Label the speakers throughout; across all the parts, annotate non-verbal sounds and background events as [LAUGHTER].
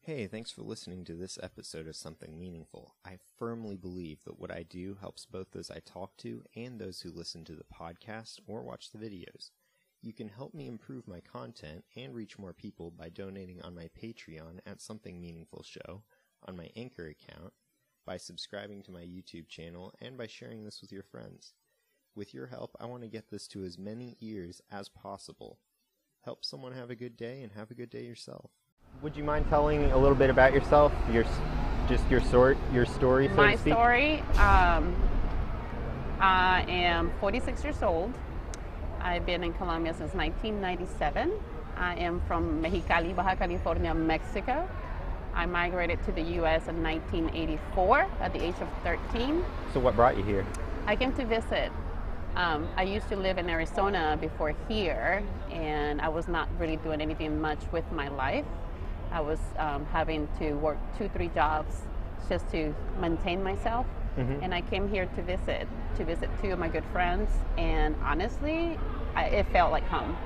Speaker 1: Hey, thanks for listening to this episode of Something Meaningful. I firmly believe that what I do helps both those I talk to and those who listen to the podcast or watch the videos. You can help me improve my content and reach more people by donating on my Patreon at Something Meaningful Show, on my Anchor account, by subscribing to my YouTube channel, and by sharing this with your friends. With your help, I want to get this to as many ears as possible. Help someone have a good day and have a good day yourself. Would you mind telling a little bit about yourself? Your s- just your sort, your story, so
Speaker 2: My
Speaker 1: to speak.
Speaker 2: story um, I am 46 years old. I've been in Colombia since 1997. I am from Mexicali, Baja California, Mexico. I migrated to the US in 1984 at the age of 13.
Speaker 1: So, what brought you here?
Speaker 2: I came to visit. Um, I used to live in Arizona before here, and I was not really doing anything much with my life. I was um, having to work two, three jobs just to maintain myself. And I came here to visit, to visit two of my good friends, and honestly, I, it felt like home.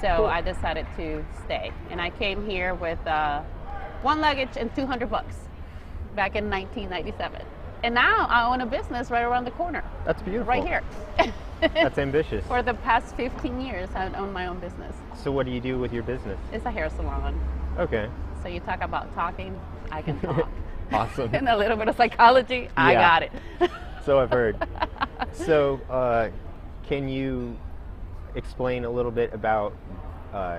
Speaker 2: So I decided to stay. And I came here with uh, one luggage and 200 bucks back in 1997. And now I own a business right around the corner,
Speaker 1: That's beautiful.
Speaker 2: right here. [LAUGHS]
Speaker 1: That's ambitious.
Speaker 2: For the past 15 years, I've owned my own business.
Speaker 1: So, what do you do with your business?
Speaker 2: It's a hair salon.
Speaker 1: Okay.
Speaker 2: So you talk about talking, I
Speaker 1: [LAUGHS]
Speaker 2: can talk.
Speaker 1: Awesome.
Speaker 2: and a little bit of psychology, I
Speaker 1: Yeah. [LAUGHS]
Speaker 2: got it.
Speaker 1: So I've heard. so, uh, can you explain a little bit about uh,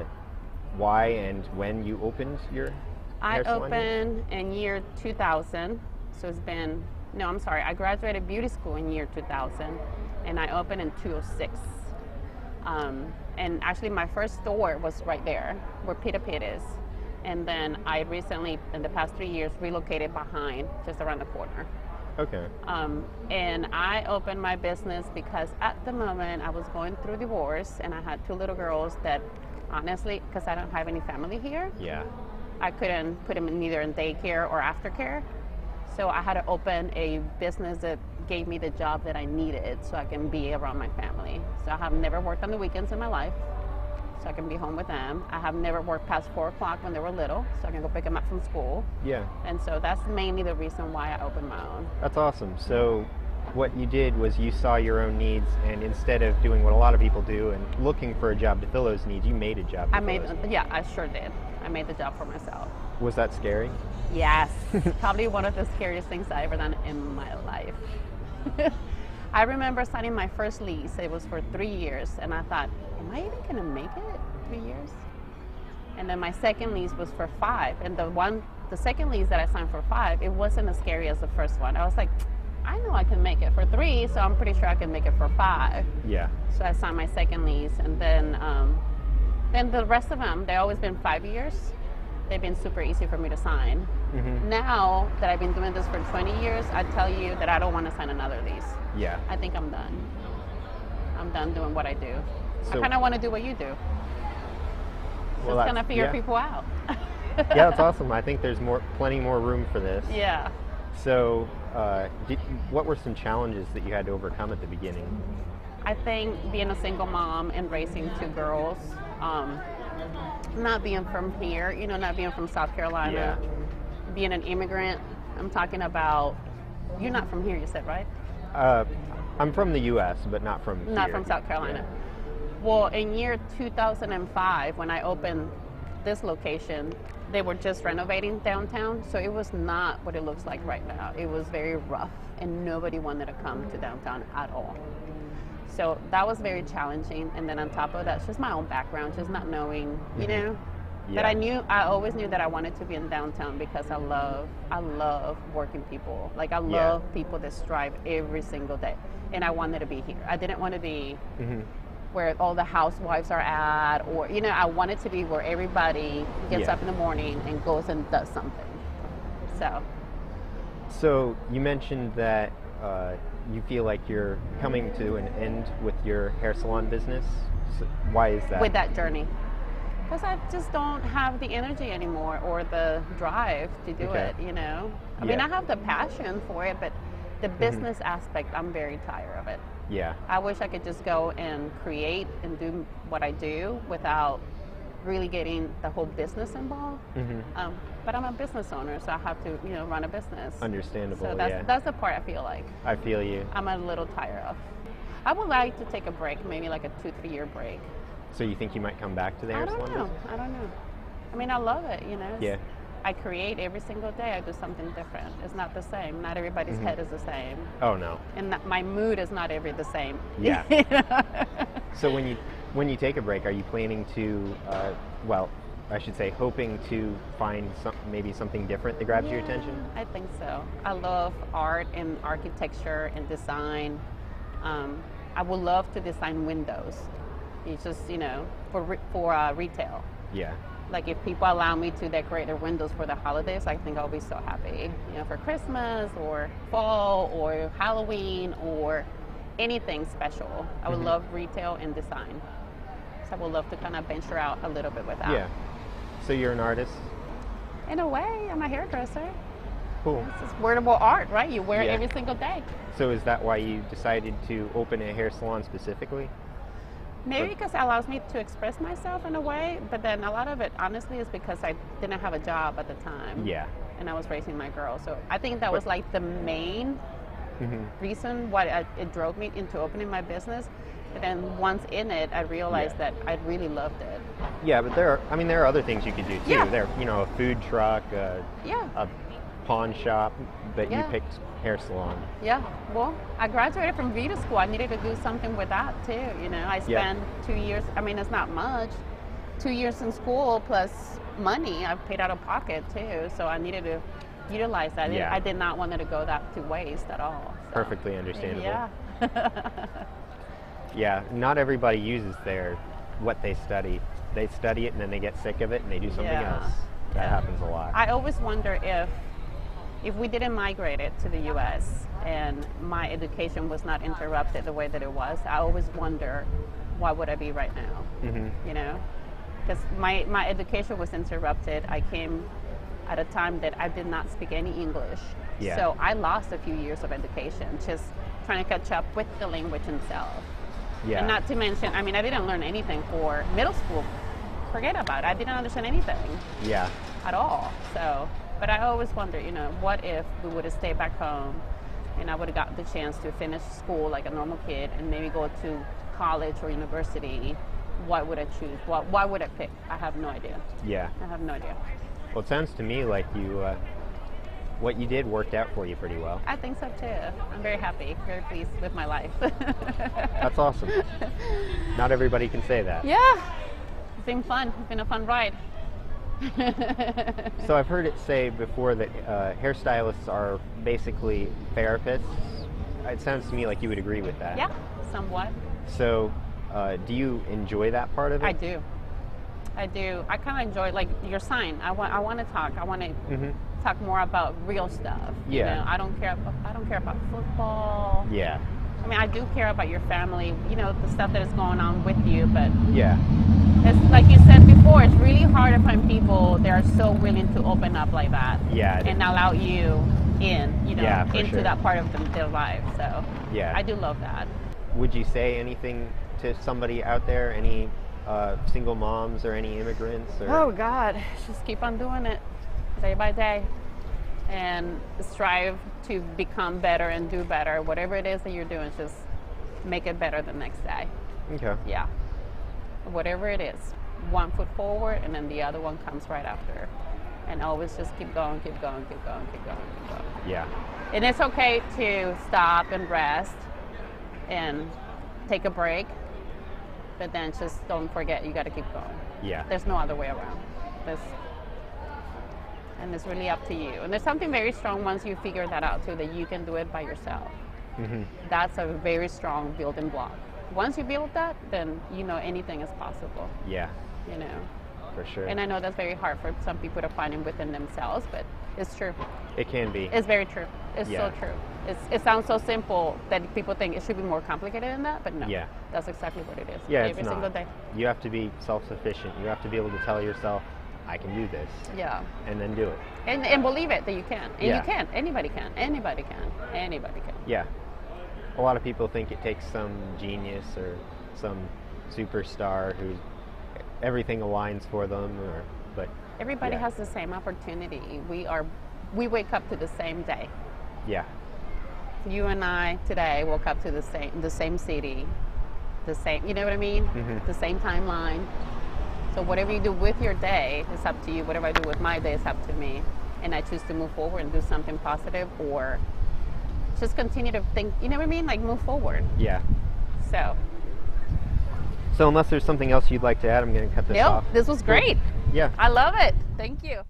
Speaker 1: why and when you opened your
Speaker 2: I
Speaker 1: hair salon?
Speaker 2: opened in year 2000, so it's been no, I'm sorry. I graduated beauty school in year 2000, and I opened in 206. Um, and actually, my first store was right there where Pita Pit is. And then I recently, in the past three years, relocated behind, just around the corner.
Speaker 1: Okay.
Speaker 2: Um, and I opened my business because at the moment I was going through divorce, and I had two little girls that, honestly, because I don't have any family here,
Speaker 1: Yeah.
Speaker 2: I couldn't put him in either in daycare or aftercare. So I had to open a business that gave me the job that I needed so I can be around my family. So I have never worked on the weekends in my life, so I can be home with them. I have never worked past four o'clock when they were little, so I can go pick them up from school.
Speaker 1: Yeah.
Speaker 2: And so that's mainly the reason why I opened my own.
Speaker 1: That's awesome. So, what you did was you saw your own needs, and instead of doing what a lot of people do and looking for a job to fill those needs, you made a job. To
Speaker 2: I
Speaker 1: fill
Speaker 2: made,
Speaker 1: those needs.
Speaker 2: yeah, I sure did. I made the job for myself.
Speaker 1: Was that scary?
Speaker 2: Yes, [LAUGHS] probably one of the scariest things I ever done in my life. [LAUGHS] I remember signing my first lease. It was for three years, and I thought, "Am I even gonna make it? Three years?" And then my second lease was for five, and the one, the second lease that I signed for five, it wasn't as scary as the first one. I was like, "I know I can make it for three, so I'm pretty sure I can make it for five.
Speaker 1: Yeah.
Speaker 2: So I signed my second lease, and then um, then the rest of them, they always been five years. They've been super easy for me to sign.
Speaker 1: Mm-hmm.
Speaker 2: Now that I've been doing this for 20 years, I tell you that I don't want to sign another lease. [LAUGHS]
Speaker 1: Yeah.
Speaker 2: I think I'm done. I'm done doing what I do.
Speaker 1: So-
Speaker 2: I kind of want to do what you do.
Speaker 1: Well,
Speaker 2: Just
Speaker 1: that's-
Speaker 2: kind of figure
Speaker 1: yeah.
Speaker 2: people out. [LAUGHS]
Speaker 1: yeah, that's awesome. I think there's more, plenty more room for this.
Speaker 2: yeah.
Speaker 1: So, uh, did, what were some challenges that you had to overcome at the beginning?
Speaker 2: I think being a single mom and raising two girls, um, not being from here, you know, not being from South Carolina, being an immigrant. I'm talking about you're not from here. You said right?
Speaker 1: Uh, I'm from the U.S., but not from
Speaker 2: Not
Speaker 1: here.
Speaker 2: from South Carolina. Well, in year 2005, when I opened this location, they were just renovating downtown, so it was not what it looks like right now. It was very rough, and nobody wanted to come to downtown at all. So that was very challenging. And then on top of that, just my own background, just not knowing, you know. But
Speaker 1: Mm-hmm. Yeah.
Speaker 2: I knew I always knew that I wanted to be in downtown because I love I love working people. Like I
Speaker 1: Yeah.
Speaker 2: love people that strive every single day. And I wanted to be here. I didn't want to be
Speaker 1: Mm-hmm.
Speaker 2: where all the housewives are at or you know, I wanted to be where everybody gets
Speaker 1: Yeah.
Speaker 2: up in the morning and goes and does something. So
Speaker 1: Yeah. So you mentioned that uh, you feel like you're coming to an end with your hair salon business. So why is that?
Speaker 2: with that journey because i just don't have the energy anymore or the drive to do
Speaker 1: Okay.
Speaker 2: it you know i mean
Speaker 1: Yeah. Mm-hmm.
Speaker 2: i have the passion for it but the business aspect i'm very tired of it
Speaker 1: Yeah.
Speaker 2: i wish i could just go and create and do what i do without really getting the whole business involved.
Speaker 1: hmm
Speaker 2: Um, but I'm a business owner, so I have to, you know, run a business.
Speaker 1: Understandable.
Speaker 2: So that's,
Speaker 1: yeah.
Speaker 2: that's the part I feel like
Speaker 1: I feel you.
Speaker 2: I'm a little tired of. I would like to take a break, maybe like a two, three year break.
Speaker 1: So you think you might come back to there?
Speaker 2: I don't know. I don't know. I mean, I love it, you know. it's-
Speaker 1: Yeah.
Speaker 2: I create every single day. I do something different. It's not the same. Not everybody's
Speaker 1: Mm-hmm.
Speaker 2: head is the same.
Speaker 1: Oh no.
Speaker 2: And not, my mood is not every the same. [LAUGHS]
Speaker 1: Yeah. So when you when you take a break, are you planning to? Uh, well, I should say, hoping to find some maybe something different that grabs your
Speaker 2: Yeah,
Speaker 1: attention.
Speaker 2: I think so. I love art and architecture and design. Um, I would love to design windows. It's just, you know, for, re- for uh, retail.
Speaker 1: Yeah.
Speaker 2: Like if people allow me to decorate their windows for the holidays, I think I'll be so happy. You know, for Christmas or fall or Halloween or anything special. I
Speaker 1: Mm-hmm.
Speaker 2: would love retail and design. So I would love to kind of venture out a little bit with that.
Speaker 1: Yeah. So you're an artist.
Speaker 2: In a way, I'm a hairdresser.
Speaker 1: Cool.
Speaker 2: It's just wearable art, right? You wear it
Speaker 1: Yeah.
Speaker 2: every single day.
Speaker 1: So is that why you decided to open a hair salon specifically?
Speaker 2: Maybe
Speaker 1: But-
Speaker 2: because it allows me to express myself in a way, but then a lot of it, honestly, is because I didn't have a job at the time.
Speaker 1: Yeah.
Speaker 2: And I was raising my girl. So I think that was like the main Mm-hmm.
Speaker 1: Mhm.
Speaker 2: reason why I, it drove me into opening my business. But then once in it, I realized
Speaker 1: Yeah.
Speaker 2: that I really loved it.
Speaker 1: Yeah, but there are. I mean, there are other things you could do too.
Speaker 2: Yeah.
Speaker 1: There, you know, a food truck, a,
Speaker 2: Yeah.
Speaker 1: a pawn shop, but
Speaker 2: Yeah.
Speaker 1: you picked hair salon.
Speaker 2: Yeah, well, I graduated from Vita school. I needed to do something with that too. You know, I
Speaker 1: Yeah.
Speaker 2: spent two years. I mean, it's not much. Two years in school plus money I paid out of pocket too. So I needed to utilize that. I didn't-
Speaker 1: Yeah.
Speaker 2: I did not want it to go that to waste at all. so.
Speaker 1: Perfectly understandable.
Speaker 2: Yeah.
Speaker 1: Yeah, not everybody uses their what they study. They study it and then they get sick of it and they do something
Speaker 2: Yeah.
Speaker 1: else. That
Speaker 2: Yeah.
Speaker 1: happens a lot.
Speaker 2: I always wonder if if we didn't migrate it to the U.S. and my education was not interrupted the way that it was, I always wonder why would I be right now?
Speaker 1: Mhm.
Speaker 2: You know, because my my education was interrupted. I came at a time that I did not speak any English,
Speaker 1: Yeah.
Speaker 2: so I lost a few years of education just trying to catch up with the language itself.
Speaker 1: yeah.
Speaker 2: And not to mention, I mean, I didn't learn anything for middle school. Forget about it. I didn't understand anything
Speaker 1: yeah.
Speaker 2: at all. So, but I always wonder, you know, what if we would have stayed back home and I would have got the chance to finish school like a normal kid and maybe go to college or university? What would I choose? What, what would I pick? I have no idea.
Speaker 1: Yeah.
Speaker 2: I have no idea.
Speaker 1: Well, it sounds to me like you, uh, what you did worked out for you pretty
Speaker 2: [LAUGHS]
Speaker 1: well.
Speaker 2: I think so too. I'm very happy, very pleased with my life. [LAUGHS]
Speaker 1: That's awesome. not everybody can say that.
Speaker 2: yeah, it's been fun. It's been a fun ride.
Speaker 1: So I've heard it say before that uh, hairstylists are basically therapists. It sounds to me like you would agree with that.
Speaker 2: Yeah, somewhat.
Speaker 1: So, uh, do you enjoy that part of it?
Speaker 2: I do. I do. I kind of enjoy like your sign. I want. I want to talk. I want to
Speaker 1: Mhm.
Speaker 2: talk more about real stuff. you
Speaker 1: Yeah.
Speaker 2: know? I don't care. ab- I don't care about football.
Speaker 1: Yeah.
Speaker 2: I mean, I do care about your family. You know, the stuff that is going on with you. But
Speaker 1: Yeah.
Speaker 2: it's like you said before. It's really hard to find people that are so willing to open up like that
Speaker 1: Yeah. it-
Speaker 2: and allow you in. You know,
Speaker 1: Yeah, for
Speaker 2: into
Speaker 1: sure.
Speaker 2: that part of them, their life. So
Speaker 1: Yeah.
Speaker 2: I do love that.
Speaker 1: Would you say anything to somebody out there? Any uh, single moms or any immigrants? Or
Speaker 2: Oh God, just keep on doing it day by day and strive to become better and do better. Whatever it is that you're doing, just make it better the next day.
Speaker 1: okay.
Speaker 2: Yeah. Whatever it is, one foot forward and then the other one comes right after. And always just keep going, keep going, keep going, keep going, keep going.
Speaker 1: Yeah.
Speaker 2: And it's okay to stop and rest and take a break, but then just don't forget you got to keep going.
Speaker 1: Yeah.
Speaker 2: There's no other way around. There's, and it's really up to you. And there's something very strong once you figure that out too that you can do it by yourself.
Speaker 1: Mhm.
Speaker 2: That's a very strong building block. Once you build that, then you know anything is possible.
Speaker 1: Yeah.
Speaker 2: You know,
Speaker 1: For sure.
Speaker 2: and I know that's very hard for some people to find it within themselves, but it's true.
Speaker 1: it can be.
Speaker 2: It's very true. It's
Speaker 1: Yeah.
Speaker 2: so true. It's, it sounds so simple that people think it should be more complicated than that, but no.
Speaker 1: Yeah.
Speaker 2: That's exactly what it is.
Speaker 1: yeah.
Speaker 2: Every
Speaker 1: it's
Speaker 2: single
Speaker 1: not.
Speaker 2: day.
Speaker 1: You have to be self-sufficient. You have to be able to tell yourself, "I can do this,"
Speaker 2: Yeah.
Speaker 1: and then do it.
Speaker 2: and, and believe it that you can and
Speaker 1: Yeah.
Speaker 2: you can anybody can anybody can anybody can
Speaker 1: Yeah. A lot of people think it takes some genius or some superstar who everything aligns for them, or but
Speaker 2: Everybody
Speaker 1: Yeah.
Speaker 2: has the same opportunity. We are, we wake up to the same day.
Speaker 1: yeah,
Speaker 2: You and I today woke up to the same, the same city, the same. You know what I mean?
Speaker 1: Mm-hmm.
Speaker 2: The same timeline. So whatever you do with your day is up to you. Whatever I do with my day is up to me, and I choose to move forward and do something positive, or just continue to think. You know what I mean? Like move forward.
Speaker 1: yeah.
Speaker 2: So
Speaker 1: So unless there's something else you'd like to add, I'm going to cut this
Speaker 2: nope,
Speaker 1: off.
Speaker 2: this was great.
Speaker 1: Yeah.
Speaker 2: I love it. Thank you.